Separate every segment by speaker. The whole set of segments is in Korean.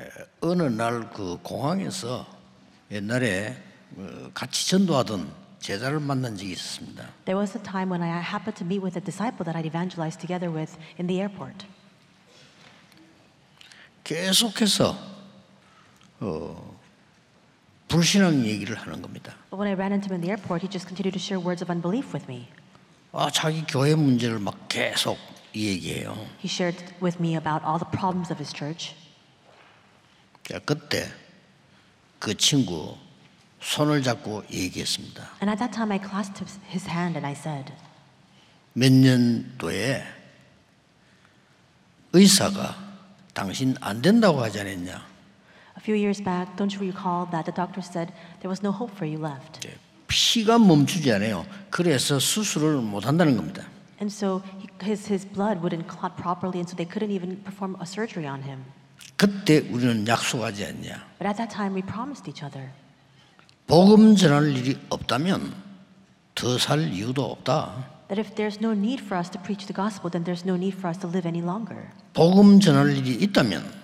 Speaker 1: 에, 어느 날 그 공항에서 옛날에 어, 같이 전도하던 제자를 만난 적이 있었습니다.
Speaker 2: There was a time when I happened to meet with a disciple that I'd evangelized together with in the airport.
Speaker 1: 계속해서 어, 불신앙 얘기를 하는 겁니다.
Speaker 2: But when I ran into him in the airport, he just continued to share words of unbelief with me.
Speaker 1: 아, 자기 교회 문제를 막 계속 얘기해요.
Speaker 2: He shared with me about all the problems of his church.
Speaker 1: 자, 그때 그 친구 손을 잡고 얘기했습니다.
Speaker 2: And at that time, I clasped his- his hand and I said,
Speaker 1: 몇 년도에 의사가 당신 안 된다고 하지 않았냐?
Speaker 2: A few years back, don't you recall that the doctor said there was no hope for you left?
Speaker 1: 예, 피가 멈추지 않아요. 그래서 수술을 못 한다는 겁니다.
Speaker 2: And so he, his, his blood wouldn't clot properly, and so they couldn't even perform a surgery on him.
Speaker 1: 그때 우리는 약속하지 않냐?
Speaker 2: But at that time, we promised each other
Speaker 1: 복음 전할 일이 없다면 더 살 이유도 없다.
Speaker 2: that if there's no need for us to preach the gospel, then there's no need for us to live any longer.
Speaker 1: 복음 전할 일이 있다면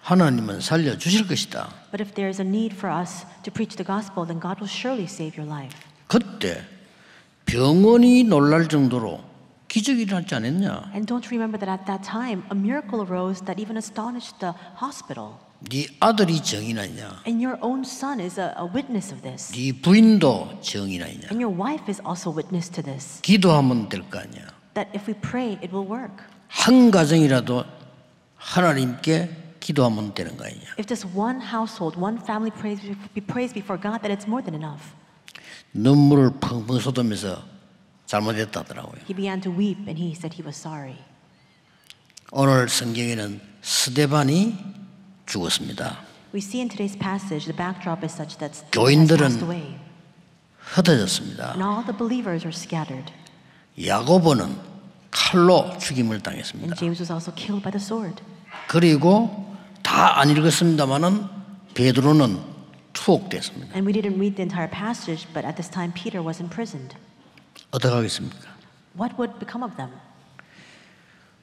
Speaker 1: 하나님은 살려 주실 것이다.
Speaker 2: But if there is a need for us to preach the gospel, then God will surely save your life.
Speaker 1: 그때 병원이 놀랄 정도로 기적이 일어났지 않았냐?
Speaker 2: And don't you remember that at that time, a miracle arose that even astonished the hospital.
Speaker 1: 네 아들이 정이 나냐?
Speaker 2: And your own son is a, a witness of this.
Speaker 1: 네 부인도 정이 나냐?
Speaker 2: And your wife is also witness to this.
Speaker 1: 기도하면 될 거 아니야.
Speaker 2: That if we pray, it will work.
Speaker 1: 한 가정이라도 하나님께 기도하면 되는 거 아니냐?
Speaker 2: If just one household, one family prays, be praised before God, then it's more than enough.
Speaker 1: 눈물을 펑펑 쏟으면서 잘못했다더라고요.
Speaker 2: He began to weep and he said he was sorry.
Speaker 1: 오늘 성경에는 스데반이 죽었습니다.
Speaker 2: We see in today's passage the backdrop is such that Stephen has
Speaker 1: 교인들은
Speaker 2: passed away,
Speaker 1: 흩어졌습니다.
Speaker 2: and all the believers are scattered.
Speaker 1: 야고보는 칼로 죽임을
Speaker 2: And
Speaker 1: 당했습니다.
Speaker 2: James was also killed by the sword.
Speaker 1: 그리고 다 안 읽었습니다만은 베드로는 투옥됐습니다.
Speaker 2: And we didn't read the entire passage, but at this time Peter was imprisoned.
Speaker 1: 어떻게 하겠습니까?
Speaker 2: What would become of them?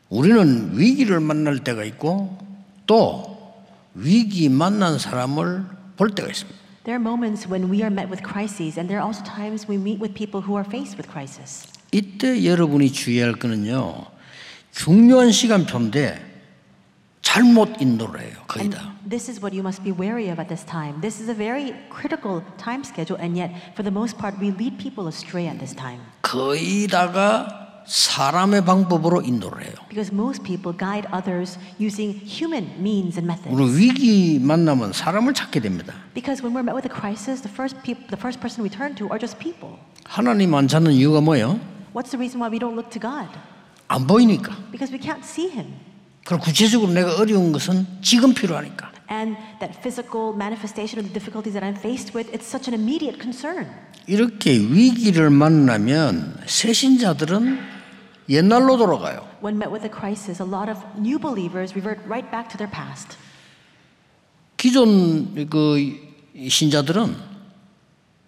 Speaker 1: 우리는 위기를 만날 때가 있고 또 위기 만난 사람을 볼 때가 있습니다.
Speaker 2: There are moments when we are met with crises, and there are also times we meet with people who are faced with crisis.
Speaker 1: 이때 여러분이 주의할 거는요. 중요한 시간표인데 잘못 인도를 해요. 거의
Speaker 2: And
Speaker 1: 다.
Speaker 2: this is what you must be wary of at this time. This is a very critical time schedule, and yet, for the most part, we lead people astray at this time.
Speaker 1: 거의 다가 사람의 방법으로 인도를 해요.
Speaker 2: Because most people guide others using human means and methods.
Speaker 1: 우리 위기 만나면 사람을 찾게 됩니다.
Speaker 2: Because when we're met with a crisis, the first, peop- the first person we turn to are just people.
Speaker 1: 하나님 안 찾는 이유가 뭐예요?
Speaker 2: What's the reason why we don't look to God?
Speaker 1: 안 보이니까.
Speaker 2: Because we can't see Him.
Speaker 1: 그럼 구체적으로 내가 어려운 것은 지금 필요하니까.
Speaker 2: And that physical manifestation of the difficulties that I'm faced with, it's such an immediate concern.
Speaker 1: 이렇게 위기를 만나면 새신자들은 옛날로 돌아가요.
Speaker 2: When met with a crisis, a lot of new believers revert right back to their past.
Speaker 1: 기존 그 신자들은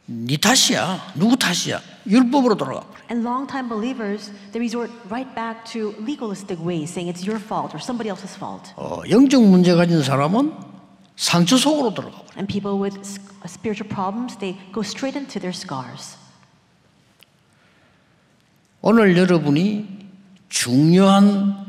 Speaker 1: 네 탓이야, 누구 탓이야, 율법으로 돌아가.
Speaker 2: And longtime believers, they resort right back to legalistic ways, saying it's your fault or somebody else's fault.
Speaker 1: 어, 영적 문제 가진 사람은 상처 속으로 들어가. 버려.
Speaker 2: And people with s- uh, spiritual problems, they go straight into their scars.
Speaker 1: 오늘 여러분이 중요한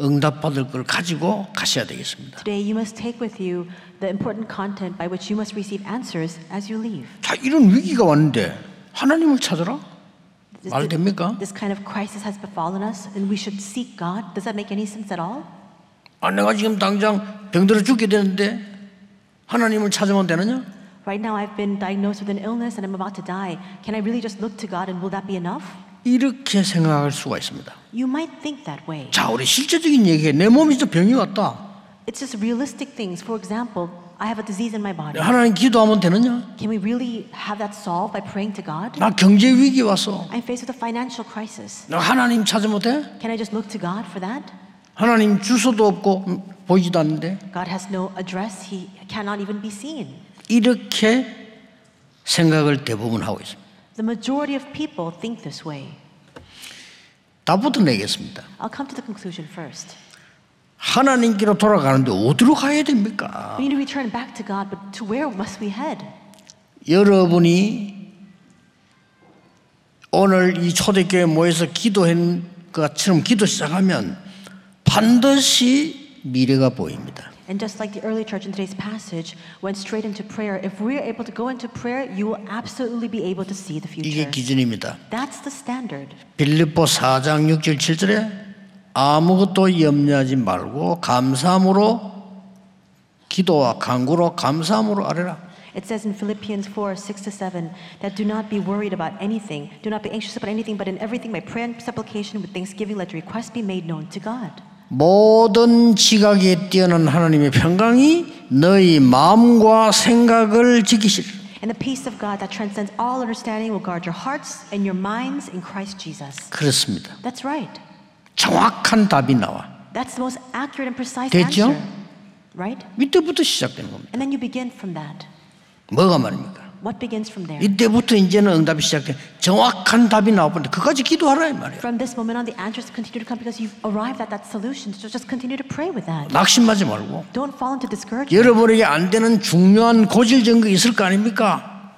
Speaker 1: 응답받을 걸 가지고 가셔야 되겠습니다.
Speaker 2: Today, you must take with you the important content by which you must receive answers as you leave.
Speaker 1: 자, 이런 위기가 왔는데 하나님을 찾으라?
Speaker 2: This-
Speaker 1: 말 됩니까?
Speaker 2: This kind of crisis has befallen us, and we should seek God. Does that make any sense at all?
Speaker 1: 아, 내가 지금 당장 병들어 죽게 되는데 하나님을 찾으면 되느냐?
Speaker 2: Right now, I've been diagnosed with an illness and I'm about to die. Can I really just look to God and will that be enough?
Speaker 1: 이렇게 생각할 수가 있습니다.
Speaker 2: You might think that way.
Speaker 1: 자, 우리 실제적인 얘기에 내 몸이 좀 병이 왔다.
Speaker 2: It's just realistic things. For example, I have a disease in my body.
Speaker 1: 하나님 기도하면 되느냐?
Speaker 2: Can we really have that solved by praying to God?
Speaker 1: 나 경제 위기 왔어.
Speaker 2: I'm faced with a financial crisis.
Speaker 1: 나 하나님 찾으면 돼?
Speaker 2: Can I just look to God for that?
Speaker 1: 하나님 주소도 없고 음, 보이지도 않는데
Speaker 2: God has no address, He cannot even be seen.
Speaker 1: 이렇게 생각을 대부분 하고 있습니다.
Speaker 2: The majority of people think this way.
Speaker 1: 답부터 내겠습니다.
Speaker 2: I'll come to the conclusion first.
Speaker 1: 하나님께로 돌아가는데 어디로 가야 됩니까?
Speaker 2: We need to return back to God, but to where must we head?
Speaker 1: 여러분이 오늘 이 초대교회 모여서 기도한 것처럼 기도 시작하면 반드시 미래가 보입니다.
Speaker 2: And just like the early church in today's passage went straight into prayer, if we're able to go into prayer, you will absolutely be able to see the
Speaker 1: 이게
Speaker 2: future.
Speaker 1: 기준입니다.
Speaker 2: That's the standard.
Speaker 1: 빌립보 4장 6절 7절에 아무것도 염려하지 말고 감사함으로 기도와 간구로 감사함으로 아뢰라.
Speaker 2: It says in Philippians 4 6 to 7 that do not be worried about anything, do not be anxious about anything, but in everything by prayer and supplication with thanksgiving, let your requests be made known to God.
Speaker 1: 모든 지각에 뛰어난 하나님의 평강이 너희 마음과 생각을 지키실.
Speaker 2: And the peace of God that transcends all understanding will guard your hearts and your minds in Christ Jesus.
Speaker 1: 그렇습니다.
Speaker 2: That's right.
Speaker 1: 정확한 답이 나와.
Speaker 2: That's the most accurate and precise
Speaker 1: 됐죠?
Speaker 2: answer. Right?
Speaker 1: 이때부터 시작된 겁니다.
Speaker 2: And then you begin from that.
Speaker 1: 뭐가 말입니까?
Speaker 2: What begins from there?
Speaker 1: 이때부터 이제는 응답이 시작돼. 정확한 답이 나오는데 그까지 기도하라 이 말이에요.
Speaker 2: From this moment on, the answers continue to come because you've arrived at that solution. So just continue to pray with that.
Speaker 1: 낙심하지 말고.
Speaker 2: Don't fall into discouragement.
Speaker 1: 여러분에게 안 되는 중요한 고질적인 거 있을 거 아닙니까?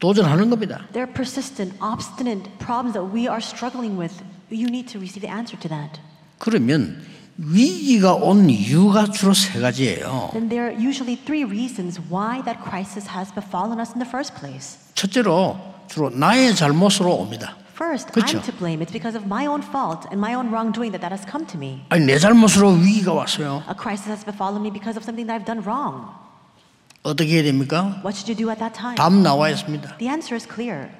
Speaker 1: 도전하는 겁니다.
Speaker 2: There are persistent, obstinate problems that we are struggling with. You need to receive the answer to that.
Speaker 1: 그러면 위기가 온 이유가 주로 세 가지예요.
Speaker 2: Then there are usually three reasons why that crisis has befallen us in the first place.
Speaker 1: 첫째로 주로 나의 잘못으로 옵니다.
Speaker 2: First,
Speaker 1: 그쵸.
Speaker 2: I'm to blame. It's because of my own fault and my own wrongdoing that that has come to me.
Speaker 1: 아니 내 잘못으로 위기가 왔어요.
Speaker 2: A crisis has befallen me because of something that I've done wrong.
Speaker 1: 어떻게 해야 됩니까?
Speaker 2: What should you do at that time?
Speaker 1: 답 나와 있습니다.
Speaker 2: The answer is clear.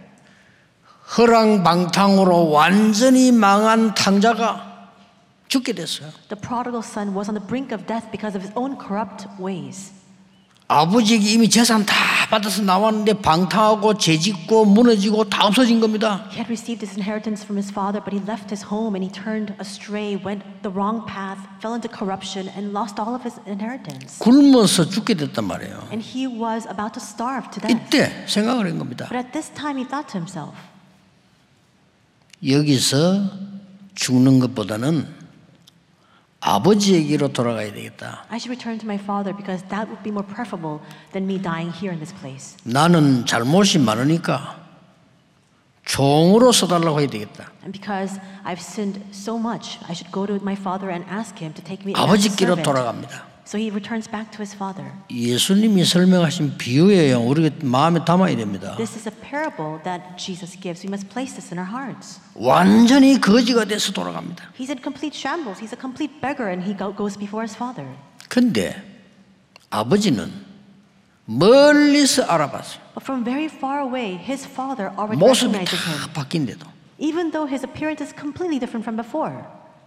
Speaker 1: 허랑방탕으로 완전히 망한 탕자가 죽게 됐어요.
Speaker 2: The prodigal son was on the brink of death because of his own corrupt ways.
Speaker 1: 아버지에게 이미 재산 다 받아서 나왔는데 방탕하고 죄짓고 무너지고 다 없어진 겁니다.
Speaker 2: He had received his inheritance from his father, but he left his home and he turned astray, went the wrong path, fell into corruption, and lost all of his inheritance.
Speaker 1: 굶어서 죽게 됐단 말이에요.
Speaker 2: And he was about to starve to death.
Speaker 1: 이때 생각을 한 겁니다.
Speaker 2: But at this time, he thought to himself,
Speaker 1: 여기서 죽는 것보다는 아버지에게로 돌아가야 되겠다.
Speaker 2: I should return to my father because that would be more preferable than me dying here in this place.
Speaker 1: 나는 잘못이 많으니까 종으로 써달라고 해야 되겠다.
Speaker 2: And because I've sinned so much, I should go to my father and ask him to take me as his
Speaker 1: 아버지께로
Speaker 2: servant.
Speaker 1: 돌아갑니다.
Speaker 2: So he returns back to his father.
Speaker 1: 예수님이 설명하신 비유예요. 우리가 마음에 담아야 됩니다.
Speaker 2: This is a parable that Jesus gives. We must place this in our hearts.
Speaker 1: 완전히 거지가 돼서 돌아갑니다.
Speaker 2: He's in complete shambles. He's a complete beggar, and he go- goes before his father.
Speaker 1: 근데 아버지는 멀리서 알아봤어요.
Speaker 2: But from very far away, his father already
Speaker 1: 모습이
Speaker 2: recognizes
Speaker 1: 다
Speaker 2: him,
Speaker 1: 바뀐데도
Speaker 2: even though his appearance is completely different from before.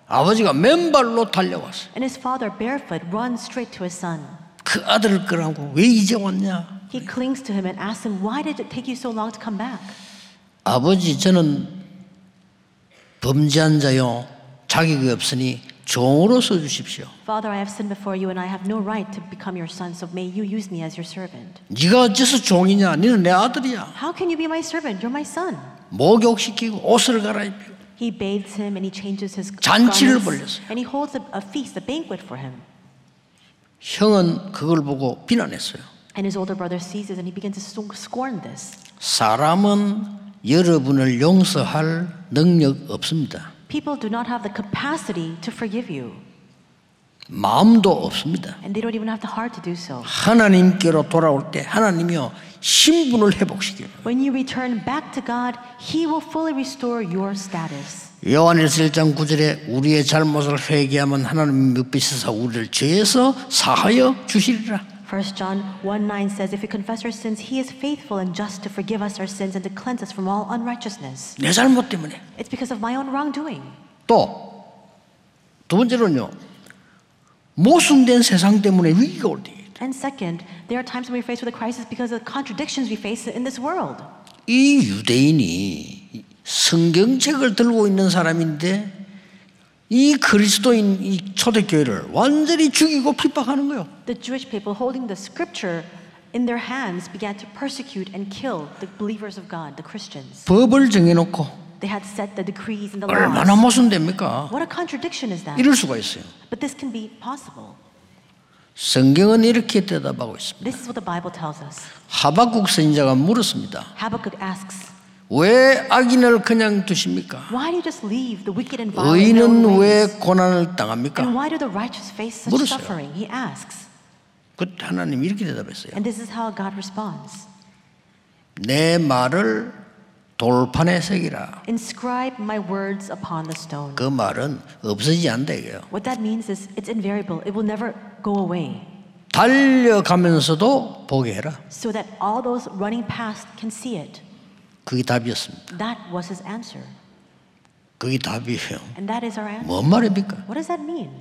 Speaker 1: 아버지가 맨발로 달려왔어요.
Speaker 2: And his father, barefoot, runs straight to his son.
Speaker 1: 그 아들을 끌라고 왜 이제 왔냐?
Speaker 2: He clings to him and asks him, Why did it take you so long to come back?
Speaker 1: 아버지 저는 범죄한 자요 자격이 없으니 종으로 써주십시오.
Speaker 2: Father, I have sinned before you, and I have no right to become your son, so may you use me as your servant.
Speaker 1: 네가 어째서 종이냐? 너는 내 아들이야.
Speaker 2: How can you be my servant? You're my son.
Speaker 1: 목욕시키고 옷을 갈아입히고
Speaker 2: He bathes him and he changes his
Speaker 1: 잔치를
Speaker 2: garments,
Speaker 1: 벌렸어요.
Speaker 2: and he holds a, a feast, a banquet for him.
Speaker 1: 형은 그걸 보고 비난했어요.
Speaker 2: And his older brother sees this and he begins to so- scorn this.
Speaker 1: 사람은 여러분을 용서할 능력 없습니다.
Speaker 2: People do not have the capacity to forgive you,
Speaker 1: 마음도 없습니다.
Speaker 2: and they don't even have the heart to do so.
Speaker 1: 하나님께로 돌아올 때 하나님이요 신분을 회복시켜요.
Speaker 2: When you return back to God, He will fully restore your status.
Speaker 1: 요한일서 1장 9절에 우리의 잘못을 회개하면 하나님이 묵비시사 우리를 죄에서 사하여 주시리라.
Speaker 2: 1 John 1 9 says, If we confess our sins, He is faithful and just to forgive us our sins and to cleanse us from all unrighteousness.
Speaker 1: 내 잘못 때문에.
Speaker 2: It's because of my own wrongdoing.
Speaker 1: 또 두 번째로는요. 모순된 세상 때문에 위기가 올 때.
Speaker 2: And second, there are times when we're faced with a crisis because of the contradictions we face in this world.
Speaker 1: 이 유대인이 성경책을 들고 있는 사람인데 이 그리스도인 이 초대교회를 완전히 죽이고 핍박하는 거예요.
Speaker 2: The Jewish people holding the scripture in their hands began to persecute and kill the believers of God, the Christians.
Speaker 1: 법을 정해놓고
Speaker 2: They They had set the decrees and the
Speaker 1: 얼마나
Speaker 2: laws.
Speaker 1: 모순됩니까?
Speaker 2: What a contradiction is that?
Speaker 1: 이럴 수가 있어요.
Speaker 2: But this can be possible.
Speaker 1: 성경은 이렇게 대답하고 있습니다.
Speaker 2: This is what the Bible tells us.
Speaker 1: 하박국 선지자가 물었습니다.
Speaker 2: Habakkuk asks,
Speaker 1: 왜 악인을 그냥 두십니까?
Speaker 2: Why do you just leave the wicked and violent in their own
Speaker 1: 의인은 왜
Speaker 2: ways?
Speaker 1: 고난을
Speaker 2: And
Speaker 1: 당합니까?
Speaker 2: why do the righteous face such
Speaker 1: 물었어요.
Speaker 2: suffering? He asks.
Speaker 1: 그때 하나님 이렇게 대답했어요.
Speaker 2: And this is how God responds
Speaker 1: 내 말을 돌판에 새기라.
Speaker 2: Inscribe my words upon the stone.
Speaker 1: 그 말은 없어지지 않다 이거예요.
Speaker 2: What that means is it's invariable, it will never go away,
Speaker 1: 달려가면서도 보게 해라.
Speaker 2: so that all those running past can see it.
Speaker 1: 그게 답이었습니다.
Speaker 2: That was his answer.
Speaker 1: 그게 답이에요.
Speaker 2: And that is our answer.
Speaker 1: 뭔 말입니까?
Speaker 2: What does that mean?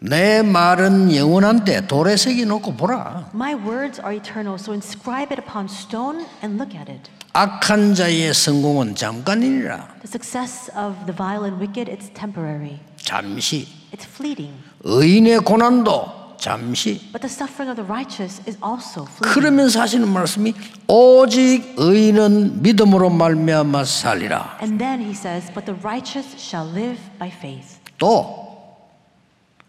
Speaker 1: 내 말은 영원한데 돌에 새겨 놓고 보라.
Speaker 2: My words are eternal, so inscribe it upon stone and look at it.
Speaker 1: 악한 자의 성공은 잠깐이니라.
Speaker 2: The success of the vile and wicked, it's temporary,
Speaker 1: 잠시.
Speaker 2: it's fleeting.
Speaker 1: 의인의 고난도 잠시.
Speaker 2: But the suffering of the righteous is also fleeting.
Speaker 1: 그러면서 하시는 말씀이 오직 의인은 믿음으로 말미암아 살리라.
Speaker 2: And then he says, But the righteous shall live by faith.
Speaker 1: 또 이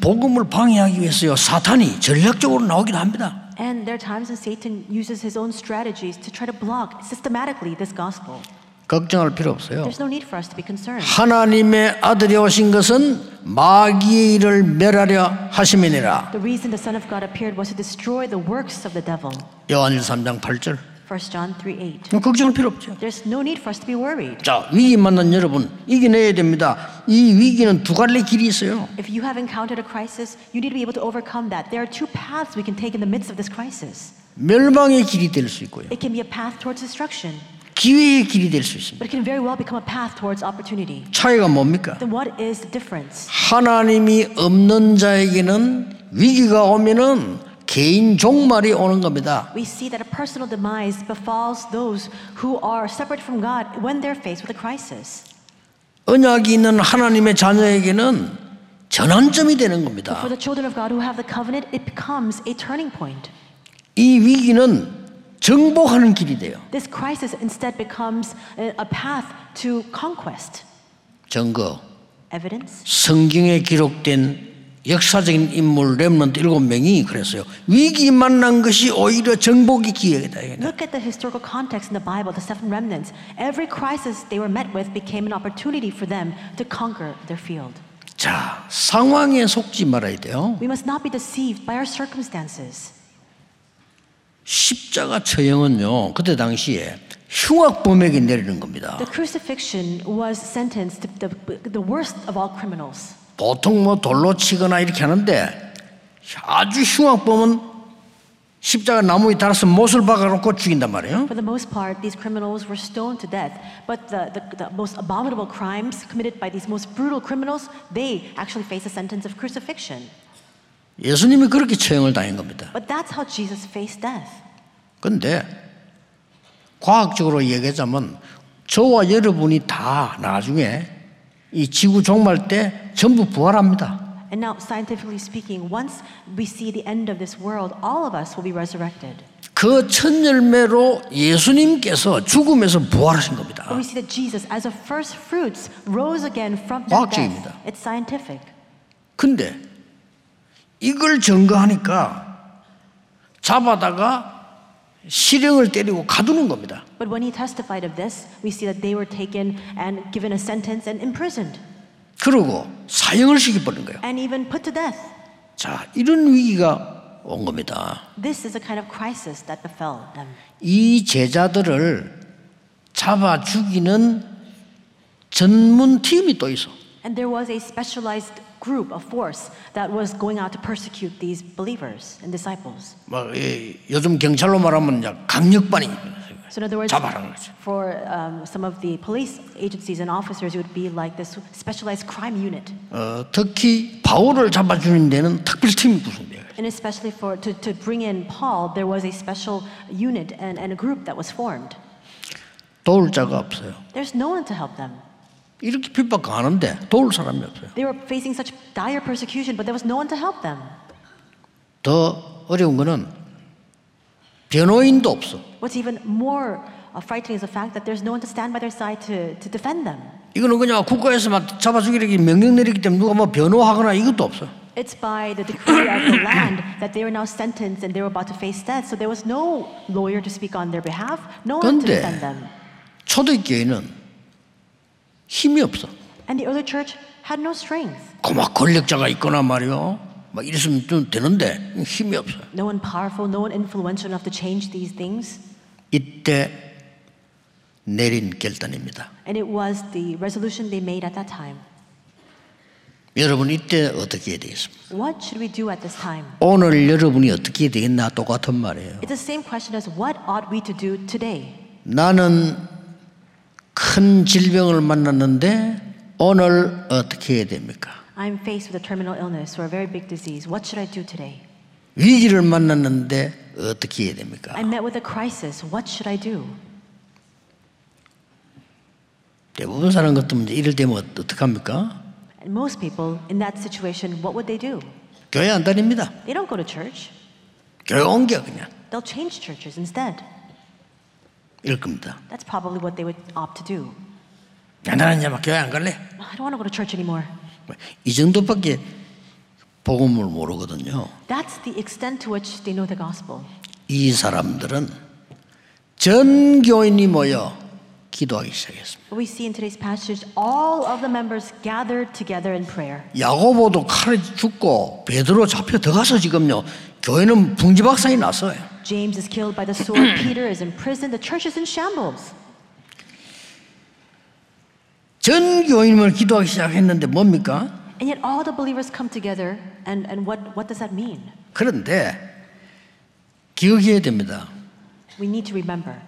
Speaker 1: 복음을 방해하기 위해서요 사탄이 전략적으로 나오기도 합니다.
Speaker 2: And there are times when Satan uses his own strategies to try to block systematically this gospel.
Speaker 1: 걱정할 필요 없어요.
Speaker 2: There's no need for us to be concerned.
Speaker 1: 하나님의 아들이 오신 것은 마귀의 일을 멸하려 하심이니라.
Speaker 2: The reason the Son of God appeared was to destroy the works of the devil.
Speaker 1: 요한일서 3장 8절.
Speaker 2: 1 John 3 8.
Speaker 1: 걱정할 필요 없죠.
Speaker 2: There's no need for us to be worried.
Speaker 1: 자, 위기 만난 여러분 이겨내야 됩니다. 이 위기는 두 갈래 길이 있어요.
Speaker 2: If you have encountered a crisis, you need to be able to overcome that. There are two paths we can take in the midst of this crisis.
Speaker 1: 멸망의 길이 될 수 있고요.
Speaker 2: It can be a path towards destruction,
Speaker 1: 기회의 길이 될 수 있습니다.
Speaker 2: but it can very well become a path towards opportunity.
Speaker 1: 차이가 뭡니까?
Speaker 2: Then what is the difference?
Speaker 1: 하나님이 없는 자에게는 위기가 오면은 개인 종말이 오는 겁니다.
Speaker 2: We see that a personal demise befalls those who are separate from God when they're faced with a crisis.
Speaker 1: 언약이 있는 하나님의 자녀에게는 전환점이 되는 겁니다.
Speaker 2: For the children of God who have the covenant, it becomes a turning point.
Speaker 1: 이 위기는 정복하는 길이 돼요.
Speaker 2: This crisis instead becomes a a path to conquest.
Speaker 1: 증거.
Speaker 2: Evidence?
Speaker 1: 성경에 기록된 역사적인 인물 렘넌트 일곱 명이 그랬어요. 위기 만난 것이 오히려 정복의 기회다.
Speaker 2: Look at the historical context in the Bible, the seven remnants. Every crisis they were met with became an opportunity for them to conquer their field.
Speaker 1: 자, 상황에 속지 말아야 돼요.
Speaker 2: We must not be deceived by our circumstances.
Speaker 1: 십자가 처형은요. 그때 당시에 흉악범에게 내리는 겁니다.
Speaker 2: The crucifixion was sentenced to the, the worst of all criminals.
Speaker 1: 보통 뭐 돌로 치거나 이렇게 하는데 아주 흉악범은 십자가 나무에 달아서 못을 박아놓고 죽인단 말이에요.
Speaker 2: For the most part, these criminals were stoned to death. But the, the, the most abominable crimes committed by these most brutal criminals, they actually face a sentence of crucifixion.
Speaker 1: 예수님이 그렇게 처형을 당한 겁니다.
Speaker 2: But that's how Jesus faced death.
Speaker 1: 근데 과학적으로 얘기하자면 저와 여러분이 다 나중에 이 지구 종말 때 전부 부활합니다.
Speaker 2: And now, scientifically speaking, once we see the end of this world, all of us will be resurrected.
Speaker 1: 그 첫 열매로 예수님께서 죽음에서 부활하신
Speaker 2: But
Speaker 1: 겁니다.
Speaker 2: we see that Jesus, as a first fruits, rose again from that
Speaker 1: 과학적입니다.
Speaker 2: death. It's scientific.
Speaker 1: 근데 이걸 증거하니까 잡아다가 실형을 때리고 가두는 겁니다.
Speaker 2: But when he testified of this, we see that they were taken and given a sentence and imprisoned
Speaker 1: 그리고 사형을 시켜버린 거예요.
Speaker 2: and even put to death.
Speaker 1: 자, 이런 위기가 온 겁니다.
Speaker 2: This is a kind of crisis that befell them.
Speaker 1: 이 제자들을 잡아 죽이는 전문 팀이 또 있어.
Speaker 2: And there was a specialized group, a force, that was going out to persecute these believers and disciples.
Speaker 1: 막 뭐, 이, 요즘 경찰로 말하면 이제 강력반이.
Speaker 2: So in other words,
Speaker 1: 잡아라는 거죠.
Speaker 2: for um, some of the police agencies and officers, it would be like this specialized crime unit,
Speaker 1: 어, 특히 바울을 잡아 죽이는 데는 특별팀이 구성돼요.
Speaker 2: and especially for to, to bring in Paul, there was a special unit and, and a group that was formed.
Speaker 1: 도울 자가 없어요.
Speaker 2: There's no one to help them.
Speaker 1: 이렇게 핍박 강하는데 도울 사람이 없어요.
Speaker 2: They were facing such dire persecution, but there was no one to help them.
Speaker 1: 더 어려운 거는 변호인도 없어.
Speaker 2: What's even more uh, frightening is the fact that there's no one to stand by their side to, to defend them.
Speaker 1: 이거는 그냥 국가에서만 잡아 죽이기 명령 내리기 때문에 누가 뭐 변호하거나 이것도 없어.
Speaker 2: It's by the decree of the land that they were now sentenced and they were about to face death. So there was no lawyer to speak on their behalf, no one to
Speaker 1: 근데-
Speaker 2: defend them.
Speaker 1: 초대교회는 힘이 없어.
Speaker 2: And the early church had no strength.
Speaker 1: 그막 권력자가 있거나 말이요. 막 이랬으면 좀 되는데 힘이 없어.
Speaker 2: No one powerful, no one influential enough to change these things.
Speaker 1: 이때 내린 결단입니다.
Speaker 2: And it was the resolution they made at that time.
Speaker 1: 여러분 이때 어떻게 해야 되겠습니까?
Speaker 2: What should we do at this time?
Speaker 1: 오늘 여러분이 어떻게 해야 되겠나 똑같은 말이에요.
Speaker 2: It's the same question as what ought we to do today?
Speaker 1: 나는 큰 질병을 만났는데 오늘 어떻게 해야 됩니까?
Speaker 2: I'm faced with a terminal illness or a very big disease. What should I do today?
Speaker 1: 위기를 만났는데 어떻게 해야 됩니까?
Speaker 2: I met with a crisis. What should I do?
Speaker 1: 대부분 사람 같으면 이제 이럴 때면 어, 어떡합니까?
Speaker 2: And most people in that situation, what would they do?
Speaker 1: 교회 안 다닙니다.
Speaker 2: They don't go to church.
Speaker 1: 교회 옮겨 그냥
Speaker 2: They'll change churches instead.
Speaker 1: 이럴 겁니다.
Speaker 2: That's probably what they would opt to do.
Speaker 1: 야, 나는 이제 막 교회 안 갈래.
Speaker 2: I don't want to go to church anymore.
Speaker 1: 이 정도밖에 복음을 모르거든요.
Speaker 2: That's the extent to which they know the gospel.
Speaker 1: 이 사람들은 전 교인이 모여 기도하기 시작했습니다.
Speaker 2: What we see in today's passage, all of the members gathered together in prayer.
Speaker 1: 야고보도 칼에 죽고 베드로 잡혀 들어가서 지금요 교회는 붕지박산이 났어요.
Speaker 2: James is killed by the sword. Peter is imprisoned. The church is in shambles.
Speaker 1: 전 교인을 기도하기 시작했는데 뭡니까?
Speaker 2: And yet, all the believers come together. And, and what, what does that mean?
Speaker 1: 그런데 기억해야 됩니다.
Speaker 2: We need to remember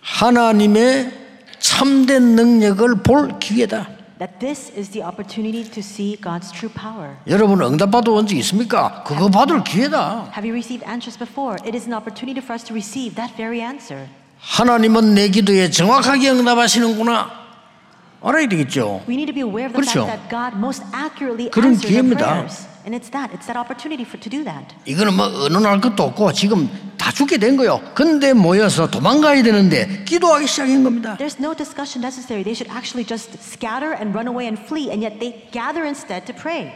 Speaker 1: 하나님의 참된 능력을 볼 기회다.
Speaker 2: that this is the opportunity to see God's true power.
Speaker 1: 여러분 응답 받아온 적 있습니까? 그거 받을 기회다.
Speaker 2: Have you received answers before? It is an opportunity for us to receive that very answer.
Speaker 1: 하나님은 내 기도에 정확하게 응답하시는구나. 알아야 되겠죠.
Speaker 2: We need to be aware of the
Speaker 1: 그렇죠.
Speaker 2: fact that God most accurately
Speaker 1: 그런
Speaker 2: answers our
Speaker 1: 기회입니다.
Speaker 2: prayers. And it's that. It's that opportunity for, to do that.
Speaker 1: 이거는 뭐 언언할 것도 없고 지금 다 죽게 된 거요. 근데 모여서 도망가야 되는데 기도하기 시작한 겁니다.
Speaker 2: There's no discussion necessary. They should actually just scatter and run away and flee, and yet they gather instead to pray.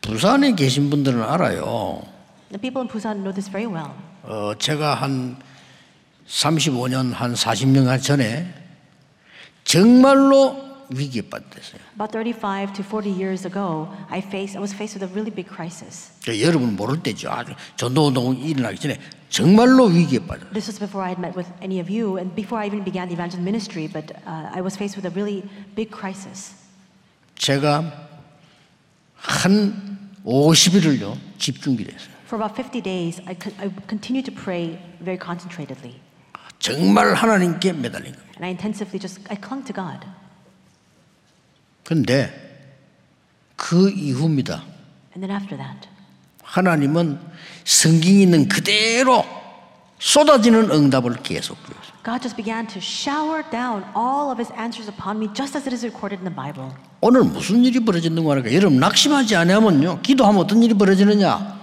Speaker 1: 부산에 계신 분들은 알아요.
Speaker 2: The people in Busan know this very well.
Speaker 1: 어, 제가 한 35년, 한 40년 전에 정말로 위기에 빠졌어요.
Speaker 2: About 35 to 40 years ago, I faced I was faced with a really big crisis.
Speaker 1: 그 여러분 모를 때죠. 아주 전도운동 일어나기 전에 정말로 위기에 빠졌어요.
Speaker 2: This was before I had met with any of you, and before I even began the evangelist ministry. But uh, I was faced with a really big crisis.
Speaker 1: 제가 한 50일을요 집중기를 했어요.
Speaker 2: For about 50 days, I, con- I continued to pray very concentratedly,
Speaker 1: 정말 하나님께 매달린 겁니다.
Speaker 2: and I intensively just I clung to God.
Speaker 1: 근데 그 이후입니다.
Speaker 2: And then after that,
Speaker 1: 하나님은 성경이 있는 그대로 쏟아지는 응답을 계속 주셨어요.
Speaker 2: God just began to shower down all of His answers upon me, just as it is recorded in the Bible.
Speaker 1: 오늘 무슨 일이 벌어지는가 하니까 여러분 낙심하지 않으면요 기도하면 어떤 일이 벌어지느냐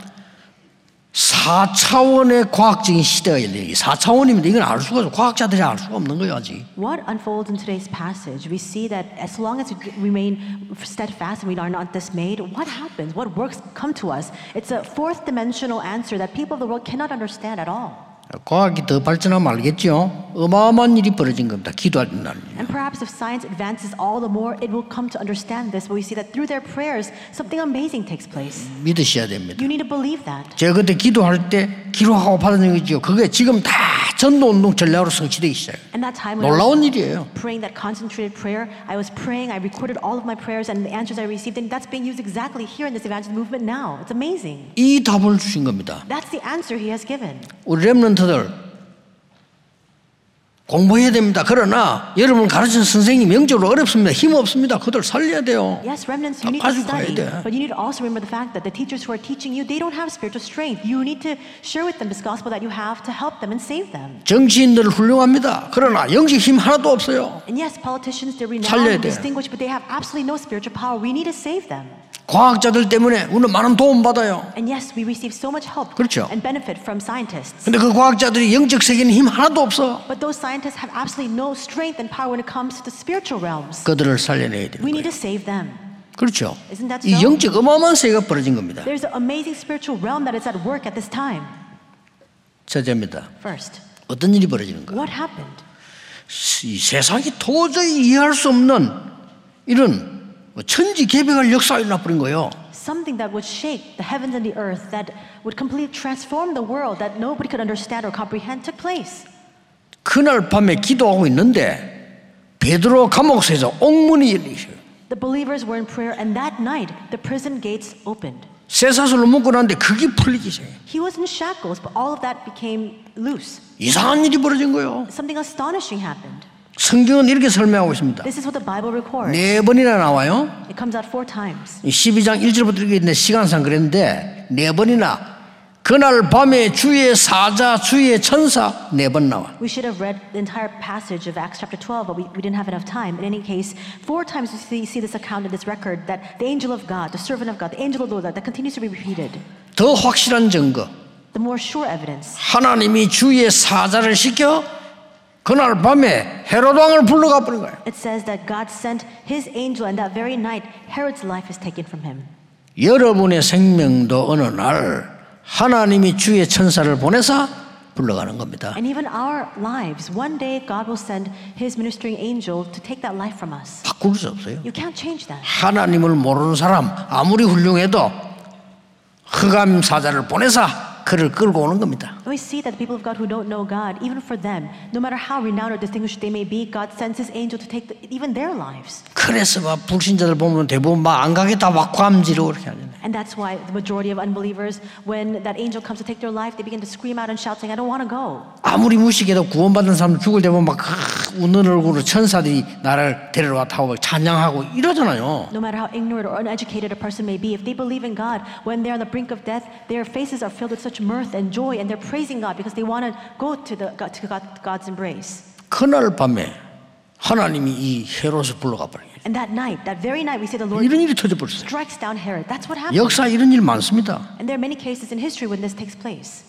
Speaker 1: 4차원의 과학적인 시대가 열려요 4차원입니다 이건 알 수가 없어 과학자들이 알 수가 없는 거예요 아직
Speaker 2: What unfolds in today's passage, we see that as long as we remain steadfast and we are not dismayed, what happens? What works come to us? It's a fourth dimensional answer that people of the world cannot understand at all.
Speaker 1: 과학이 더 발전하면 알겠죠 어마어마한 일이 벌어진 겁니다 기도하는 날
Speaker 2: And perhaps if science advances all the more, it will come to understand this. But we see that through their prayers, something amazing takes place.
Speaker 1: 믿으셔야 됩니다
Speaker 2: You need to believe that.
Speaker 1: 제가 그때 기도할 때 기록하고 받은 적이죠 그게 지금 다 전도운동 전략으로 성취되기 시작해요
Speaker 2: And that time when I was
Speaker 1: 놀라운 일이에요
Speaker 2: praying that concentrated prayer, I was praying, I recorded all of my prayers and the answers I received, and that's being used exactly here in this evangelist movement now. It's amazing.
Speaker 1: 이 답을 주신 겁니다
Speaker 2: That's the answer he has given.
Speaker 1: 우리 랩런트들 공부해야 됩니다. 그러나 여러분 가르치는 선생님이 영적으로 어렵습니다. 힘 없습니다. 그들 살려야 돼요.
Speaker 2: Yes, remnants, you need to
Speaker 1: 가지고 가야
Speaker 2: study.
Speaker 1: 돼.
Speaker 2: But you need to also remember the fact that the teachers who are teaching you, they don't have spiritual strength. You need to share with them this gospel that you have to help them and save them.
Speaker 1: 정치인들 훌륭합니다. 그러나 영적 힘 하나도 없어요.
Speaker 2: And yes, politicians, they're
Speaker 1: 살려야
Speaker 2: renowned,
Speaker 1: 돼.
Speaker 2: distinguished, but they have absolutely no spiritual power. We need to save them.
Speaker 1: 과학자들 때문에 우리는 많은 도움 받아요.
Speaker 2: And yes, we receive so much help
Speaker 1: 그렇죠.
Speaker 2: and benefit from scientists.
Speaker 1: 근데 그 과학자들이 영적 세계는 힘 하나도 없어.
Speaker 2: But those scientists have absolutely no strength and power when it comes to the spiritual realms.
Speaker 1: 그들을 살려내야 되는
Speaker 2: We
Speaker 1: 거예요.
Speaker 2: need to save them.
Speaker 1: 그렇죠.
Speaker 2: Isn't that
Speaker 1: 이
Speaker 2: so?
Speaker 1: 영적 어마어마한 세계가 벌어진 겁니다.
Speaker 2: There's an amazing spiritual realm that is at work at this time.
Speaker 1: 첫째입니다.
Speaker 2: First,
Speaker 1: 어떤 일이 벌어지는 가
Speaker 2: what happened?
Speaker 1: 이 세상이 도저히 이해할 수 없는 이런 뭐 천지 개벽할 역사가 일어나버린 거예요.
Speaker 2: Something that would shake the heavens and the earth, that would completely transform the world that nobody could understand or comprehend, took place.
Speaker 1: 그날 밤에 기도하고 있는데 베드로 감옥에서 옥문이 열리셔요.
Speaker 2: The believers were in prayer, and that night, the prison gates opened.
Speaker 1: 쇠사슬로 묶고 났는데 그게 풀리기 시작해요.
Speaker 2: He was in shackles, but all of that became loose.
Speaker 1: 이상한 일이 벌어진 거예요.
Speaker 2: Something astonishing happened.
Speaker 1: 성경은 이렇게 설명하고 있습니다.
Speaker 2: This is what the Bible records.
Speaker 1: 네 번이나 나와요.
Speaker 2: It comes out four times.
Speaker 1: 이 12장 1절부터 이렇게 있는데 시간상 그랬는데 네 번이나 그날 밤에 주의 사자 주의 천사 네 번 나와
Speaker 2: We should have read the entire passage of Acts chapter 12, but we, we didn't have enough time. In any case, four times we see, see this account in this record that the angel of God, the servant of God, the angel of the Lord, that, that continues to be repeated.
Speaker 1: 더 확실한 증거
Speaker 2: The more sure evidence.
Speaker 1: 하나님이 주의 사자를 시켜 그날 밤에 헤롯 왕을 불러가 버린 거예요
Speaker 2: It says that God sent his angel, and that very night, Herod's life is taken from him.
Speaker 1: 여러분의 생명도 어느 날 하나님이 주의 천사를 보내사 불러가는 겁니다
Speaker 2: And even our lives, one day God will send his ministering angel to take that life from us.
Speaker 1: 바꿀 수 없어요
Speaker 2: You can't change that.
Speaker 1: 하나님을 모르는 사람 아무리 훌륭해도 흑암 사자를 보내사 그를 끌고 오는 겁니다
Speaker 2: And we see that the people of God who don't know God, even for them, no matter how renowned or distinguished they may be, God sends his angel to take the, even their lives.
Speaker 1: 그래서 막 불신자들 보면 대부분 막 안 가겠다 막감지로 그렇게 하잖아요.
Speaker 2: And that's why the majority of unbelievers, when that angel comes to take their life, they begin to scream out and shout, saying, I don't want to go.
Speaker 1: 아무리 무식해도 구원받은 사람 죽을 때 보면 막 크으, 웃는 얼굴로 천사들이 나를 데리러 왔다고 막 찬양하고 이러잖아요.
Speaker 2: No matter how ignorant or uneducated a person may be, if they believe in God, when they're on the brink of death, their faces are filled with such mirth and joy, and they're praising God because they want to go to, the, God- to God, God's embrace.
Speaker 1: 그날 밤에 하나님이 이 헤롯을 불러가 버려요.
Speaker 2: And that night, that very night, we see the Lord
Speaker 1: 이런 일이 터져 버렸어요.
Speaker 2: strikes down Herod. That's what happened.
Speaker 1: 역사 이런 일 많습니다.
Speaker 2: And there are many cases in history when this takes place.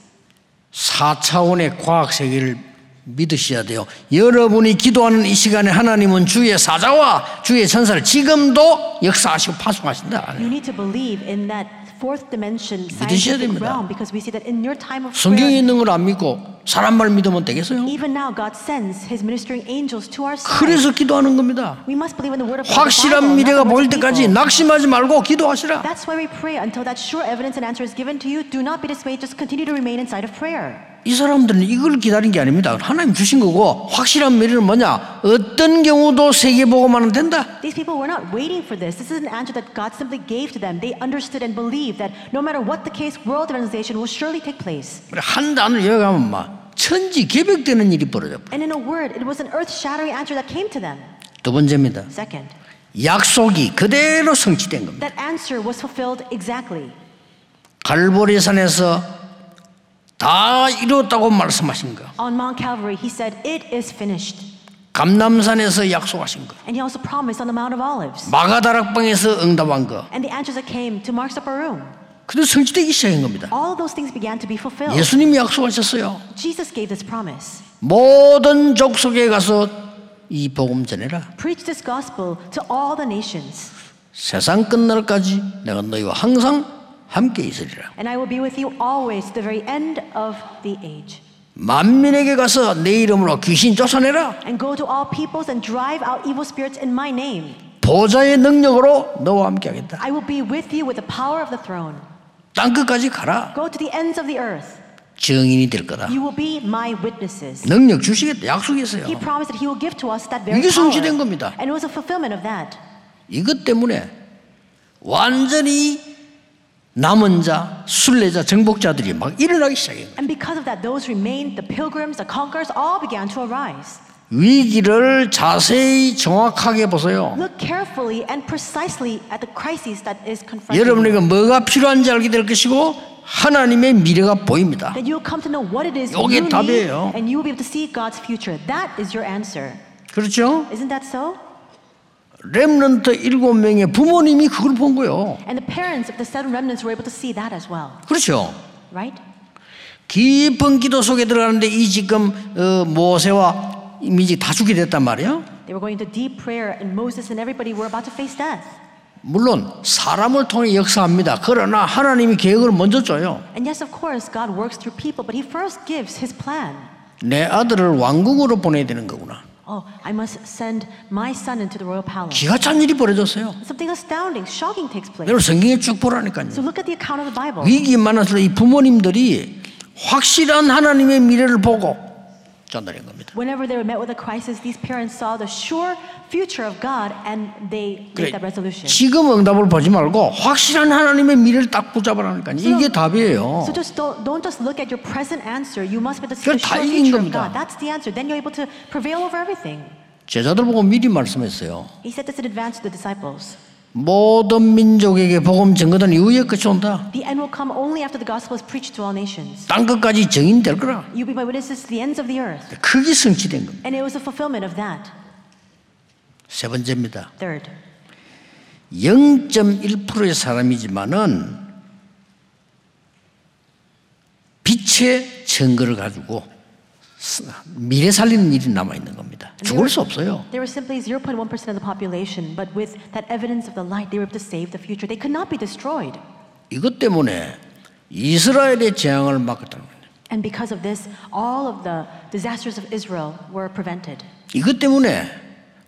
Speaker 1: 4차원의 과학 세계를 믿으셔야 돼요. 여러분이 기도하는 이 시간에 하나님은 주의 사자와 주의 천사를 지금도 역사하시고 파송하신다.
Speaker 2: You need to believe in that fourth dimension
Speaker 1: 됩니다.
Speaker 2: scientific realm because we see that in your time of
Speaker 1: 성경에
Speaker 2: prayer,
Speaker 1: 있는 걸 안 믿고 사람 말 믿으면 되겠어요?
Speaker 2: even now God sends His ministering angels to our side.
Speaker 1: 그래서 기도하는 겁니다.
Speaker 2: We must believe in the word of God. the
Speaker 1: 확실한
Speaker 2: Bible, not the
Speaker 1: 미래가
Speaker 2: words
Speaker 1: 보일
Speaker 2: of
Speaker 1: 때까지
Speaker 2: people.
Speaker 1: 낙심하지 말고 기도하시라.
Speaker 2: That's why we pray until that sure evidence and answer is given to you. Do not be dismayed. Just continue to remain inside of prayer.
Speaker 1: 이 사람들은 이걸 기다린 게 아닙니다. 하나님 주신 거고 확실한 미래는 뭐냐? 어떤 경우도 세계 보고만은 된다.
Speaker 2: These people were not waiting for this. This is an answer that God simply gave to them. They understood and believed that no matter what the case, world evangelization will surely take place.
Speaker 1: 한 단을 여행하면 막 천지 개벽되는 일이 벌어져.
Speaker 2: And in a word, it was an earth-shattering answer that came to them.
Speaker 1: 두 번째입니다.
Speaker 2: Second,
Speaker 1: 약속이 그대로 성취된 겁니다.
Speaker 2: that answer was fulfilled exactly.
Speaker 1: 갈보리산에서 다 이루었다고 말씀하신 거.
Speaker 2: On Mount Calvary, he said, It is finished.
Speaker 1: 감남산에서 약속하신 거.
Speaker 2: And he also promised on the Mount of Olives.
Speaker 1: 마가다락방에서 응답한 거.
Speaker 2: And the answers that came to Mark's upper room.
Speaker 1: 그래서 성취되기 시작한 겁니다.
Speaker 2: All of those things began to be fulfilled.
Speaker 1: 예수님이 약속하셨어요.
Speaker 2: Jesus gave this promise.
Speaker 1: 모든 족속에 가서 이 복음 전해라.
Speaker 2: Preach this gospel to all the nations,
Speaker 1: 세상 끝날까지 내가 너희와 항상 함께 있으리라.
Speaker 2: and I will be with you always to the very end of the age.
Speaker 1: 만민에게 가서 내 이름으로 귀신 쫓아내라.
Speaker 2: And go to all peoples and drive out evil spirits in my name.
Speaker 1: 보좌의 능력으로 너와 함께 하겠다.
Speaker 2: I will be with you with the power of the throne.
Speaker 1: 땅 끝까지 가라.
Speaker 2: Go to the ends of the earth.
Speaker 1: 증인이 될 거다.
Speaker 2: You will be my witnesses.
Speaker 1: 능력 주시겠다.
Speaker 2: He
Speaker 1: 약속했어요.
Speaker 2: promised that he will give to us that very
Speaker 1: 이게 성취된
Speaker 2: power.
Speaker 1: 겁니다.
Speaker 2: And it was a fulfillment of that.
Speaker 1: 이것 때문에 완전히 남은 자, 순례자, 정복자들이 막 일어나기 시작해요.
Speaker 2: And because of that, those remained, the pilgrims, the conquerors, all began to arise.
Speaker 1: 위기를 자세히 정확하게 보세요.
Speaker 2: Look carefully and precisely at the crises that is confronting you.
Speaker 1: 여러분에게 뭐가 필요한지 알게 될 것이고 하나님의 미래가 보입니다.
Speaker 2: Then you'll come to know what it is you
Speaker 1: 이게
Speaker 2: need,
Speaker 1: 답이에요.
Speaker 2: and you will be able to see God's future. That is your answer.
Speaker 1: 그렇죠?
Speaker 2: Isn't that so?
Speaker 1: 렘넌트 일곱 명의 부모님이 그걸 본 거예요.
Speaker 2: And the parents of the seven remnants were able to see that as well,
Speaker 1: 그렇죠.
Speaker 2: right?
Speaker 1: 깊은 기도 속에 들어가는데 이 지금 어, 모세와 민지 다 죽게 됐단 말이에요.
Speaker 2: They were going to deep prayer, and Moses and everybody were about to face death.
Speaker 1: 물론 사람을 통해 역사합니다. 그러나 하나님이 계획을 먼저 줘요.
Speaker 2: And yes, of course, God works through people, but He first gives His plan.
Speaker 1: 내 아들을 왕궁으로 보내야 되는 거구나.
Speaker 2: Oh, I must send my son into the royal palace.
Speaker 1: 기가 찬 일이 벌어졌어요.
Speaker 2: Something astounding, shocking takes place.
Speaker 1: 여러분 성경에 쭉 보라니까요.
Speaker 2: So look at the account of the Bible.
Speaker 1: 위기 만났을 이 부모님들이 확실한 하나님의 미래를 보고 전달한 겁니다.
Speaker 2: Whenever they were met with a crisis, these parents saw the sure future of God and they
Speaker 1: 그래,
Speaker 2: made that resolution.
Speaker 1: 지금 응답을 보지 말고 확실한 하나님의 미래를 딱 붙잡으라니까 이게 답이에요.
Speaker 2: So just don't, don't just look at your present answer. You must be the
Speaker 1: Oh. 그건
Speaker 2: sure
Speaker 1: 다 이긴
Speaker 2: future of
Speaker 1: 겁니다.
Speaker 2: God. That's the answer. Then you're able to prevail over everything.
Speaker 1: 제자들 보고 미리 말씀했어요.
Speaker 2: He said this in advance to the disciples.
Speaker 1: 모든 민족에게 복음 증거된 이후에 끝이 온다.
Speaker 2: The end will come only after the gospel is preached to all nations.
Speaker 1: 땅 끝까지 증인될 거라.
Speaker 2: You'll be my witnesses to the ends of the earth.
Speaker 1: 크게 성취된 겁니다.
Speaker 2: And it was a fulfillment of that.
Speaker 1: 세 번째입니다.
Speaker 2: Third,
Speaker 1: 0.1%의 사람이지만은 빛의 증거를 가지고 스- 미래 살리는 일이 남아 있는 겁니다.
Speaker 2: 네.
Speaker 1: 죽을 수 없어요.
Speaker 2: they were simply 0.1% of the population, but with that evidence of the light, they were able to save the future. They could not be destroyed.
Speaker 1: 이것 때문에 이스라엘의 재앙을 막았다는 거예요.
Speaker 2: And because of this, all of the disasters of Israel were prevented.
Speaker 1: 이것 때문에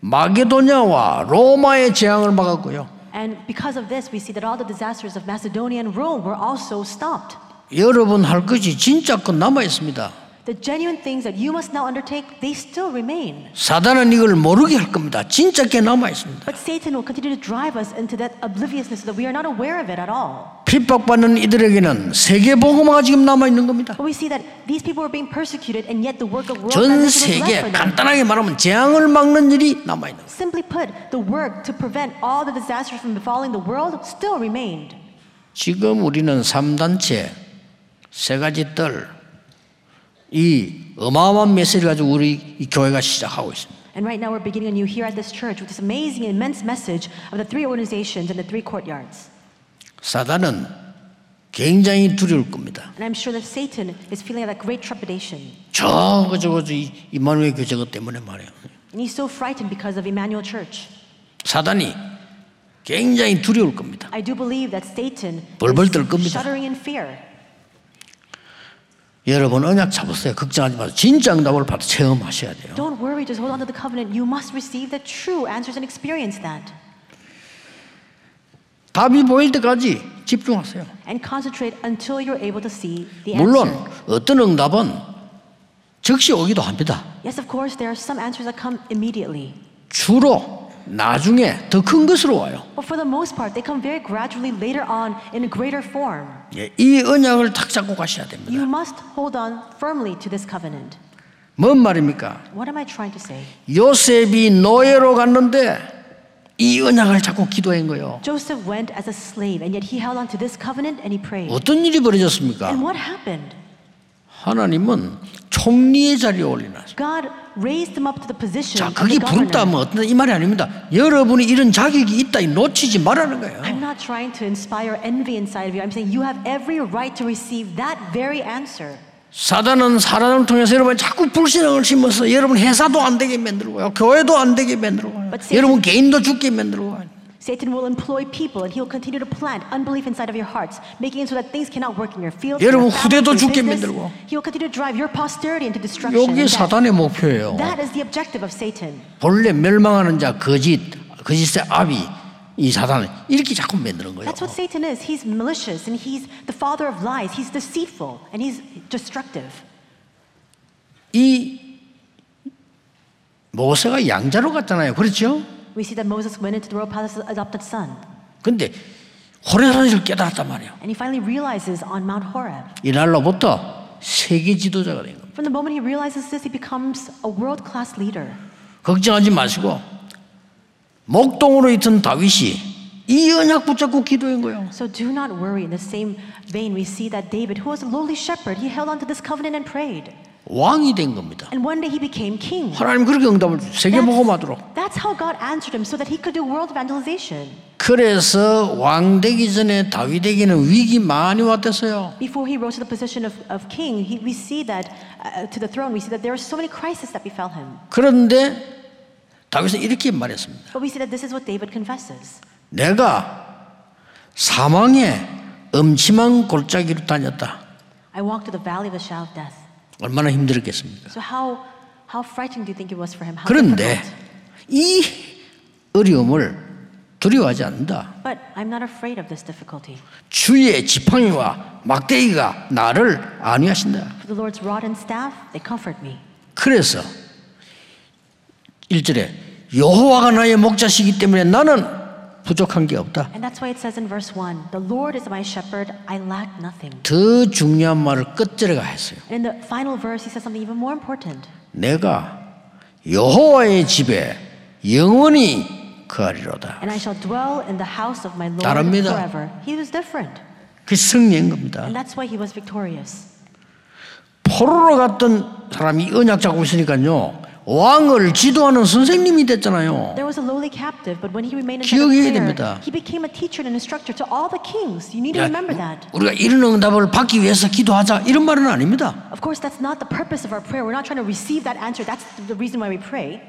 Speaker 1: 마게도냐와 로마의 재앙을 막았고요.
Speaker 2: And because of this, we see that all the disasters of Macedonia and Rome were also stopped.
Speaker 1: 여러분 할 것이 진짜 끝 남아 있습니다.
Speaker 2: The genuine things that you must now undertake, they still remain.
Speaker 1: 사단은 이걸 모르게 할 겁니다. 진짜 꽤 남아 있습니다.
Speaker 2: But Satan will continue to drive us into that obliviousness so that we are not aware of it at all.
Speaker 1: 핍박받는 이들에게는 세계 복음화가 지금 남아 있는 겁니다.
Speaker 2: But we see that these people were being persecuted, and yet the work of world
Speaker 1: 전
Speaker 2: domination was
Speaker 1: 세계
Speaker 2: left for them.
Speaker 1: 간단하게 말하면 재앙을 막는 일이 남아 있는 거예요.
Speaker 2: Simply put, the work to prevent all the disasters from befalling the world still remained.
Speaker 1: 지금 우리는 삼단체세 가지 뜰 이 어마어마한 메시지를 가지고 우리 이 교회가 시작하고 있습니다.
Speaker 2: And right now, we're beginning anew here at this church with this amazing, immense message of the three organizations and the three courtyards.
Speaker 1: 사단은 굉장히 두려울 겁니다.
Speaker 2: And I'm sure that Satan is feeling that great trepidation.
Speaker 1: 저거 저거 저 이- 이만우의 교회 저거 때문에 말이에요.
Speaker 2: And he's so frightened because of Emmanuel Church.
Speaker 1: 사단이 굉장히 두려울 겁니다.
Speaker 2: I do believe that Satan
Speaker 1: 벌벌 떨
Speaker 2: is
Speaker 1: 겁니다.
Speaker 2: shuddering in fear.
Speaker 1: 여러분 언약 잡으세요. 걱정하지 마세요. 진짜 응답을 받아 체험하셔야 돼요.
Speaker 2: Don't worry, just hold on to the covenant. You must receive the true answers and experience that.
Speaker 1: 답이 보일 때까지 집중하세요.
Speaker 2: And concentrate until you're able to see the
Speaker 1: 물론
Speaker 2: answer.
Speaker 1: 어떤 응답은 즉시 오기도 합니다.
Speaker 2: Yes, of course, there are some answers that come immediately.
Speaker 1: 주로 나중에 더 큰 것으로 와요.
Speaker 2: But for the most part, they come very gradually later on in a greater form.
Speaker 1: 예, 이 언약을 탁 잡고 가셔야 됩니다.
Speaker 2: You must hold on firmly to this covenant.
Speaker 1: 뭔 말입니까?
Speaker 2: What am I trying to say?
Speaker 1: 요셉이 노예로 갔는데 이 언약을 잡고 기도한 거예요.
Speaker 2: Joseph went as a slave, and yet he held on to this covenant and he prayed.
Speaker 1: 어떤 일이
Speaker 2: And
Speaker 1: 벌어졌습니까?
Speaker 2: what happened?
Speaker 1: 하나님은 총리의 자리에 올리나서
Speaker 2: God raised him up to the position
Speaker 1: 자,
Speaker 2: of
Speaker 1: 그게
Speaker 2: the governor.
Speaker 1: 부럽다 그러니까 하면 어떤 이 말이 아닙니다. 여러분이 이런 자격이 있다 이 놓치지 말라는 거예요.
Speaker 2: I'm not trying to inspire envy inside of you. I'm saying you have every right to receive that very answer.
Speaker 1: 사단은 사람을 통해서 여러분 자꾸 불신앙을 심어서 여러분 회사도 안 되게 만들고요, 교회도 안 되게 만들고요,
Speaker 2: But Satan-
Speaker 1: 여러분 개인도 죽게 만들고요.
Speaker 2: Satan will employ people and he will continue to plant unbelief inside of your hearts, making it so that things cannot work in your fields. in your
Speaker 1: 여러분,
Speaker 2: families,
Speaker 1: 후대도
Speaker 2: in
Speaker 1: 죽게
Speaker 2: business.
Speaker 1: 만들고.
Speaker 2: He will continue to drive your posterity into destruction. and
Speaker 1: 이게
Speaker 2: death.
Speaker 1: 사단의 목표예요.
Speaker 2: That is the objective of Satan.
Speaker 1: 본래 멸망하는 자 거짓, 거짓의 아비 이 사단을 이렇게 자꾸 만드는 거예요.
Speaker 2: That's what Satan is. He's malicious and he's the father of lies. He's deceitful and he's destructive.
Speaker 1: 이 모세가 양자로 갔잖아요, 그렇죠?
Speaker 2: We see that Moses went into the royal palace as an adopted son,
Speaker 1: 근데 호레산에서 깨달았단 말이에요.
Speaker 2: and he finally realizes on Mount Horeb.
Speaker 1: 이날로부터 세계 지도자가 된 겁니다.
Speaker 2: From the moment he realizes this, he becomes a world class leader.
Speaker 1: 걱정하지 마시고 목동으로 있던 다윗이 이 언약 붙잡고 기도한 거예요.
Speaker 2: So do not worry. In the same vein, we see that David, who was a lowly shepherd, he held on to this covenant and prayed.
Speaker 1: 왕이 된 겁니다.
Speaker 2: And one day he became king.
Speaker 1: 하나님 그렇게 응답을 세계 복음하도록.
Speaker 2: That's, that's how God answered him so that he could do world evangelization.
Speaker 1: 그래서 왕 되기 전에 다윗에게는 위기 많이 왔댔어요.
Speaker 2: Before he rose to the position of, of king, he, we see that uh, to the throne, we see that there were so many crises that befell him.
Speaker 1: 그런데 다윗은 이렇게 말했습니다.
Speaker 2: But we see that this is what David confesses.
Speaker 1: 내가 사망의 음침한 골짜기로 다녔다.
Speaker 2: I walked through the valley of the shadow of death.
Speaker 1: 얼마나 힘들었겠습니까?
Speaker 2: So how how frightening do you think it was for him? How
Speaker 1: 그런데
Speaker 2: difficult.
Speaker 1: 이 어려움을 두려워하지 않는다.
Speaker 2: But I'm not afraid of this difficulty.
Speaker 1: 주의 지팡이와 막대기가 나를 안위하신다.
Speaker 2: For the Lord's rod and staff, they comfort me.
Speaker 1: 그래서 1절에 여호와가 나의 목자시기 때문에 나는 부족한 게 없다.
Speaker 2: And that's why it says in verse 1, the Lord is my shepherd, I lack nothing.
Speaker 1: 더 중요한 말을 끝절에가 했어요.
Speaker 2: And in the final verse, he says something even more important.
Speaker 1: 내가 여호와의 집에 영원히 거하리로다.
Speaker 2: And I shall dwell in the house of my Lord
Speaker 1: 다릅니다.
Speaker 2: forever. He was different.
Speaker 1: 그 승리인 겁니다.
Speaker 2: And that's why he was victorious.
Speaker 1: 포로로 갔던 사람이 언약 잡고 있으니까요. 왕을 지도하는 선생님이 됐잖아요.
Speaker 2: There was a lowly captive, but when he remained in
Speaker 1: 기억해야
Speaker 2: the
Speaker 1: 됩니다.
Speaker 2: care, he became a teacher and instructor to all the kings. You need to
Speaker 1: 야,
Speaker 2: remember that.
Speaker 1: 우리가 이런 응답을 받기 위해서 기도하자 이런 말은 아닙니다.
Speaker 2: Of course, that's not the purpose of our prayer. We're not trying to receive that answer. That's the reason why we pray.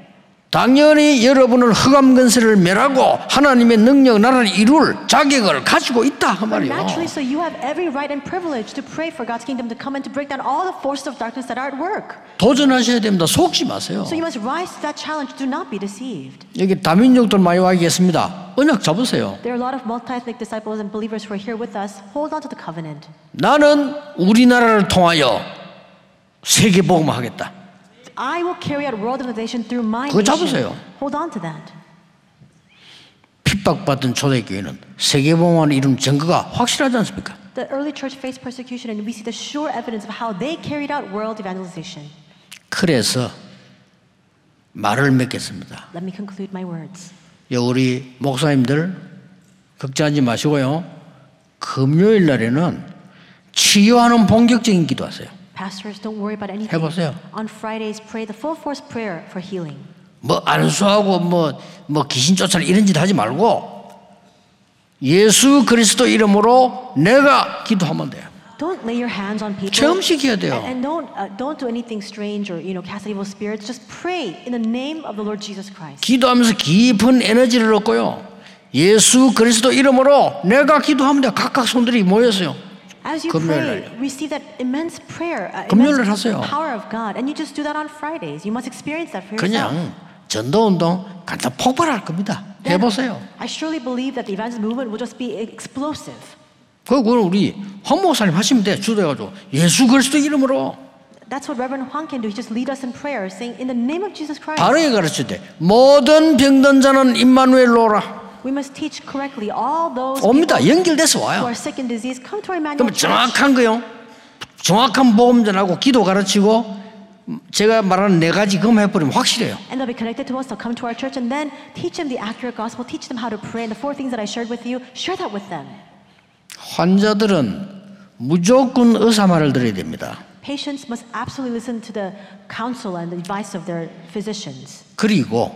Speaker 1: 당연히 여러분은 흑암 근세를 멸하고 하나님의 능력 나라를 이룰 자격을 가지고 있다 그
Speaker 2: But
Speaker 1: 말이요.
Speaker 2: naturally, so you have every right and privilege to pray for God's kingdom to come and to break down all the forces of darkness that are at work.
Speaker 1: 도전하셔야 됩니다. 속지 마세요.
Speaker 2: So you must rise to that challenge. Do not be deceived.
Speaker 1: 여기 다민족들 많이 와 계십니다. 언약 잡으세요.
Speaker 2: There are a lot of multi-ethnic disciples and believers who are here with us. Hold on to the covenant.
Speaker 1: 나는 우리나라를 통하여 세계 복음하겠다.
Speaker 2: I will carry out world evangelization through my
Speaker 1: 그거
Speaker 2: nation.
Speaker 1: 잡으세요.
Speaker 2: Hold on to that.
Speaker 1: 핍박받은 초대교회는 세계 복음을 이룬 증거가 확실하지 않습니까?
Speaker 2: The early church faced persecution, and we see the sure evidence of how they carried out world evangelization.
Speaker 1: 그래서 말을 맺겠습니다.
Speaker 2: Let me conclude my words.
Speaker 1: 여, 예, 우리 목사님들 걱정하지 마시고요. 금요일 날에는 치유하는 본격적인 기도하세요.
Speaker 2: Pastors, don't worry about anything.
Speaker 1: 해보세요.
Speaker 2: On Fridays, pray the full force prayer for healing.
Speaker 1: 뭐 안수하고 뭐, 뭐 귀신 쫓아라 이런 짓 하지 말고 예수 그리스도 이름으로 내가 기도하면 돼요.
Speaker 2: Don't lay your hands on people.
Speaker 1: 체험시켜야 돼요.
Speaker 2: And, and don't uh, don't do anything strange or you know cast out evil spirits. Just pray in the name of the Lord Jesus Christ.
Speaker 1: 기도하면서 깊은 에너지를 얻고요. 예수 그리스도 이름으로 내가 기도하면 돼요. 각각 손들이 모였어요.
Speaker 2: As you
Speaker 1: 금요일
Speaker 2: pray, receive that immense prayer, uh,
Speaker 1: 금요일날
Speaker 2: immense
Speaker 1: 하세요.
Speaker 2: power of God, and you just do that on Fridays. You must experience that for yourself.
Speaker 1: 그냥 전도운동 간단 폭발할 겁니다.
Speaker 2: Then
Speaker 1: 해보세요.
Speaker 2: I surely believe that the evangelist movement will just be e-, explosive.
Speaker 1: 그건 우리 황 목사님 하시면 돼. 주도해가지고 예수 그리스도 이름으로
Speaker 2: That's what Reverend Huang can do. He just lead us in prayer, saying, "In the name of Jesus Christ,
Speaker 1: 바르게 가르칠 때 모든 병든 자는 임마누엘로 오라.
Speaker 2: we must teach correctly all those
Speaker 1: 옵니다.
Speaker 2: people
Speaker 1: 연결돼서
Speaker 2: who
Speaker 1: 와요.
Speaker 2: are sick and disease. Come to Emmanuel
Speaker 1: 그럼
Speaker 2: Church."
Speaker 1: 정확한 거요. 정확한 복음 전하고 기도 가르치고 제가 말하는 네 가지 그럼 해버리면 확실해요.
Speaker 2: And they'll be connected to us, they'll come to our church, and then teach them the accurate gospel, teach them how to pray. And the four things that I shared with you, share that with them.
Speaker 1: 환자들은 무조건 의사 말을 들어야 됩니다.
Speaker 2: Patients must absolutely listen to the counsel and the advice of their physicians.
Speaker 1: 그리고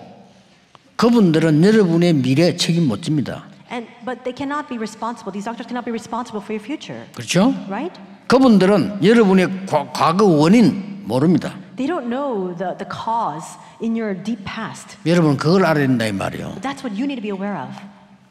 Speaker 1: 그분들은 여러분의 미래 책임 못 집니다.
Speaker 2: And, but they cannot be responsible. These doctors cannot be responsible for your future,
Speaker 1: 그렇죠?
Speaker 2: right?
Speaker 1: 그분들은 여러분의 과- 과거 원인 모릅니다.
Speaker 2: They don't know the, the cause in your deep past.
Speaker 1: 여러분 그걸 알아야 된다 이 말이요.
Speaker 2: But that's what you need to be aware of.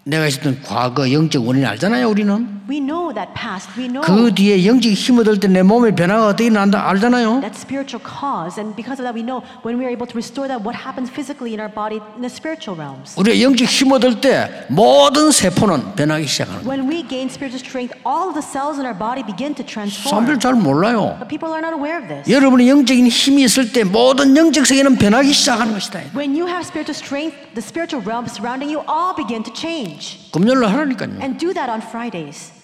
Speaker 1: 내가 있었던 과거 영적 원인 알잖아요 우리는.
Speaker 2: We know that past. We know
Speaker 1: 그 뒤에 영적 힘 얻을 때 내 몸의 변화가 어떻게 난다 알잖아요.
Speaker 2: that spiritual cause. And because of that, we know when we are able to restore that, what happens physically in our body in the spiritual realms.
Speaker 1: 우리가 영적 힘 얻을 때 모든 세포는 변하기 시작하는 거예요.
Speaker 2: When we gain spiritual strength, all of the cells in our body begin to transform.
Speaker 1: 사람들 잘 몰라요.
Speaker 2: But people are not aware of this.
Speaker 1: 여러분이 영적인 힘이 있을 때 모든 영적 세계는 변하기 시작하는 것이다.
Speaker 2: When you have spiritual strength, the spiritual realm surrounding you all begin to change.
Speaker 1: 금요일로 하라니까요.
Speaker 2: And do that on Fridays.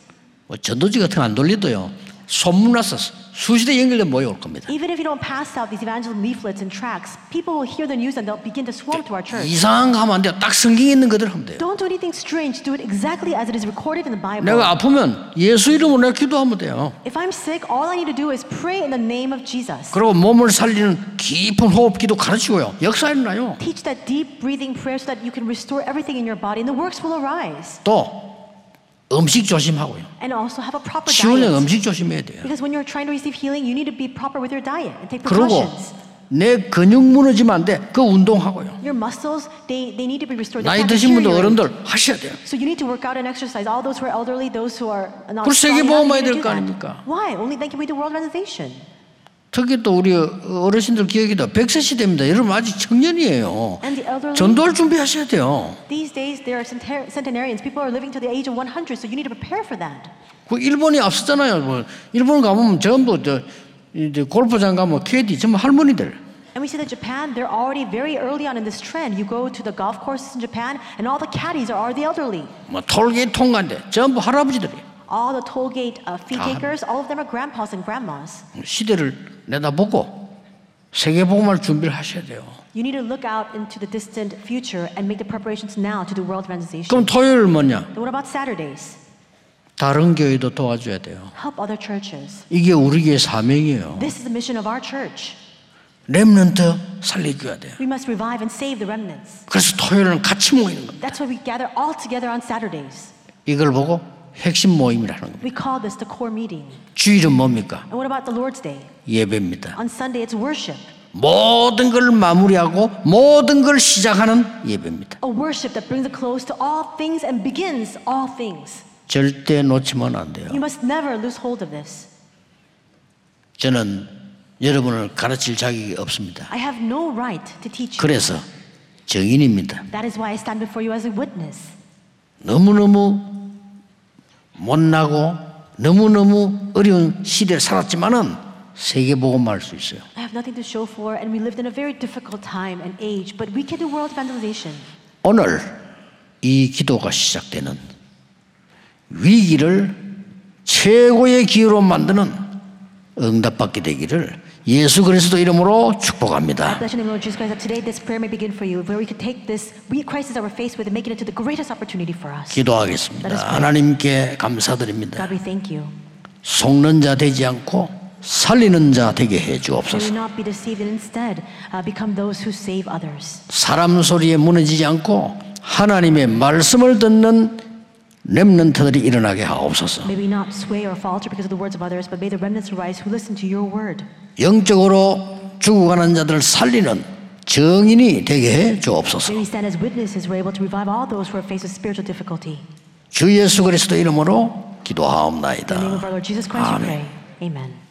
Speaker 1: 뭐 전도지 같은 거 안 돌리도요. 소문났어 수시대 연결돼 모여올 겁니다.
Speaker 2: Even if you don't pass out these evangelism leaflets and tracts, people will hear the news and they'll begin to swarm to our church.
Speaker 1: 이상한 거 하면 안 돼요. 딱 성경에 있는 그대로 하면 돼요.
Speaker 2: Don't do anything strange. Do it exactly as it is recorded in the Bible.
Speaker 1: 내가 아프면 예수 이름으로 내가 기도하면 돼요.
Speaker 2: If I'm sick, all I need to do is pray in the name of Jesus.
Speaker 1: 그리고 몸을 살리는 깊은 호흡 기도 가르치고요. 역사 일어나요.
Speaker 2: Teach that deep breathing prayer so that you can restore everything in your body and the works will arise.
Speaker 1: 또 음식 조심하고요.
Speaker 2: And also have a proper
Speaker 1: 치유는
Speaker 2: diet.
Speaker 1: 음식 조심해야 돼요.
Speaker 2: Because when you're trying to receive healing, you need to be proper with your diet and take
Speaker 1: 그리고
Speaker 2: precautions.
Speaker 1: 내 근육 무너지면 안 돼. 그 운동하고요.
Speaker 2: Your muscles, they, they need to be restored.
Speaker 1: 나이
Speaker 2: They can't
Speaker 1: 드신 분들
Speaker 2: deteriorate.
Speaker 1: 어른들 하셔야 돼요.
Speaker 2: So you need to work out and exercise. All those who are elderly, those who are not
Speaker 1: 그걸
Speaker 2: strong enough,
Speaker 1: 세계보험해야 될거
Speaker 2: you need to do that.
Speaker 1: 아닙니까?
Speaker 2: Why? Only then can we do world organization.
Speaker 1: 특히 또 우리 어르신들 기억이다. 100세 시대입니다. 여러분 아직 청년이에요.
Speaker 2: And the elderly,
Speaker 1: 전도할 준비하셔야 돼요.
Speaker 2: these days there are centar- centenarians. People are living to the age of 100, so you need to prepare for that.
Speaker 1: 그 일본이 앞섰잖아요. 뭐 일본 가보면 전부 저 이제 골프장 가면 캐디 전부 할머니들.
Speaker 2: And we see that Japan, they're already very early on in this trend. You go to the golf courses in Japan, and all the caddies are, are the elderly.
Speaker 1: 뭐 톨게이트 통과인데 전부 할아버지들이에요.
Speaker 2: All the toll gate uh, fee
Speaker 1: Ah.
Speaker 2: takers, all of them are grandpas and grandmas.
Speaker 1: 시대를 내다보고 세계복음을 준비를 하셔야 돼요.
Speaker 2: You need to look out into the distant future and make the preparations now to do world evangelization.
Speaker 1: 그럼 토요일 뭐냐?
Speaker 2: Then what about Saturdays?
Speaker 1: 다른 교회도 도와줘야 돼요.
Speaker 2: Help other churches.
Speaker 1: 이게 우리 교회 사명이에요.
Speaker 2: This is the mission of our church.
Speaker 1: 렘넌트 살려줘야 돼요.
Speaker 2: We must revive and save the remnants.
Speaker 1: 그래서 토요일은 같이 모이는 겁니다.
Speaker 2: That's why we gather all together on Saturdays.
Speaker 1: 이걸 보고 핵심 모임이라는 겁니다.
Speaker 2: We call this the core meeting.
Speaker 1: 주일은 뭡니까?
Speaker 2: And what about the Lord's Day?
Speaker 1: 예배입니다.
Speaker 2: On Sunday, it's worship.
Speaker 1: 모든 걸 마무리하고 모든 걸 시작하는 예배입니다.
Speaker 2: A worship that brings a close to all things and begins all things.
Speaker 1: 절대 놓치면 안 돼요.
Speaker 2: You must never lose hold of this.
Speaker 1: 저는 여러분을 가르칠 자격이 없습니다.
Speaker 2: I have no right to teach you.
Speaker 1: 그래서 정인입니다.
Speaker 2: That is why I stand before you as a witness.
Speaker 1: 너무너무 못나고 너무너무 어려운 시대를 살았지만은 세계복음만 할 수 있어요.
Speaker 2: I have nothing to show for, and we lived in a very difficult time and age, but we can do world evangelization.
Speaker 1: 오늘 이 기도가 시작되는 위기를 최고의 기회로 만드는 응답받게 되기를 예수 그리스도 이름으로 축복합니다.
Speaker 2: Bless your name, Lord Jesus Christ, that today this prayer may begin for you, where we could take this weak crisis that we're faced with and make it into the greatest opportunity for us.
Speaker 1: 기도하겠습니다. 하나님께 감사드립니다.
Speaker 2: God, we thank you.
Speaker 1: 속는 자 되지 않고 살리는 자 되게 해
Speaker 2: May we
Speaker 1: 주옵소서.
Speaker 2: not be deceived and instead uh, become those who save others.
Speaker 1: 사람 소리에 무너지지 않고 하나님의 말씀을 듣는 렘넌트들이 일어나게 하옵소서.
Speaker 2: May we not sway or falter because of the words of others, but may the remnants arise who listen to your word.
Speaker 1: 영적으로 죽어가는 자들을 살리는 정인이 되게 해 주옵소서.
Speaker 2: May we stand as witnesses who are able to revive all those who are faced with spiritual difficulty.
Speaker 1: 주 예수 그리스도 이름으로
Speaker 2: In the name
Speaker 1: 기도하옵나이다.
Speaker 2: of our Lord Jesus Christ,
Speaker 1: Amen.
Speaker 2: we pray. Amen.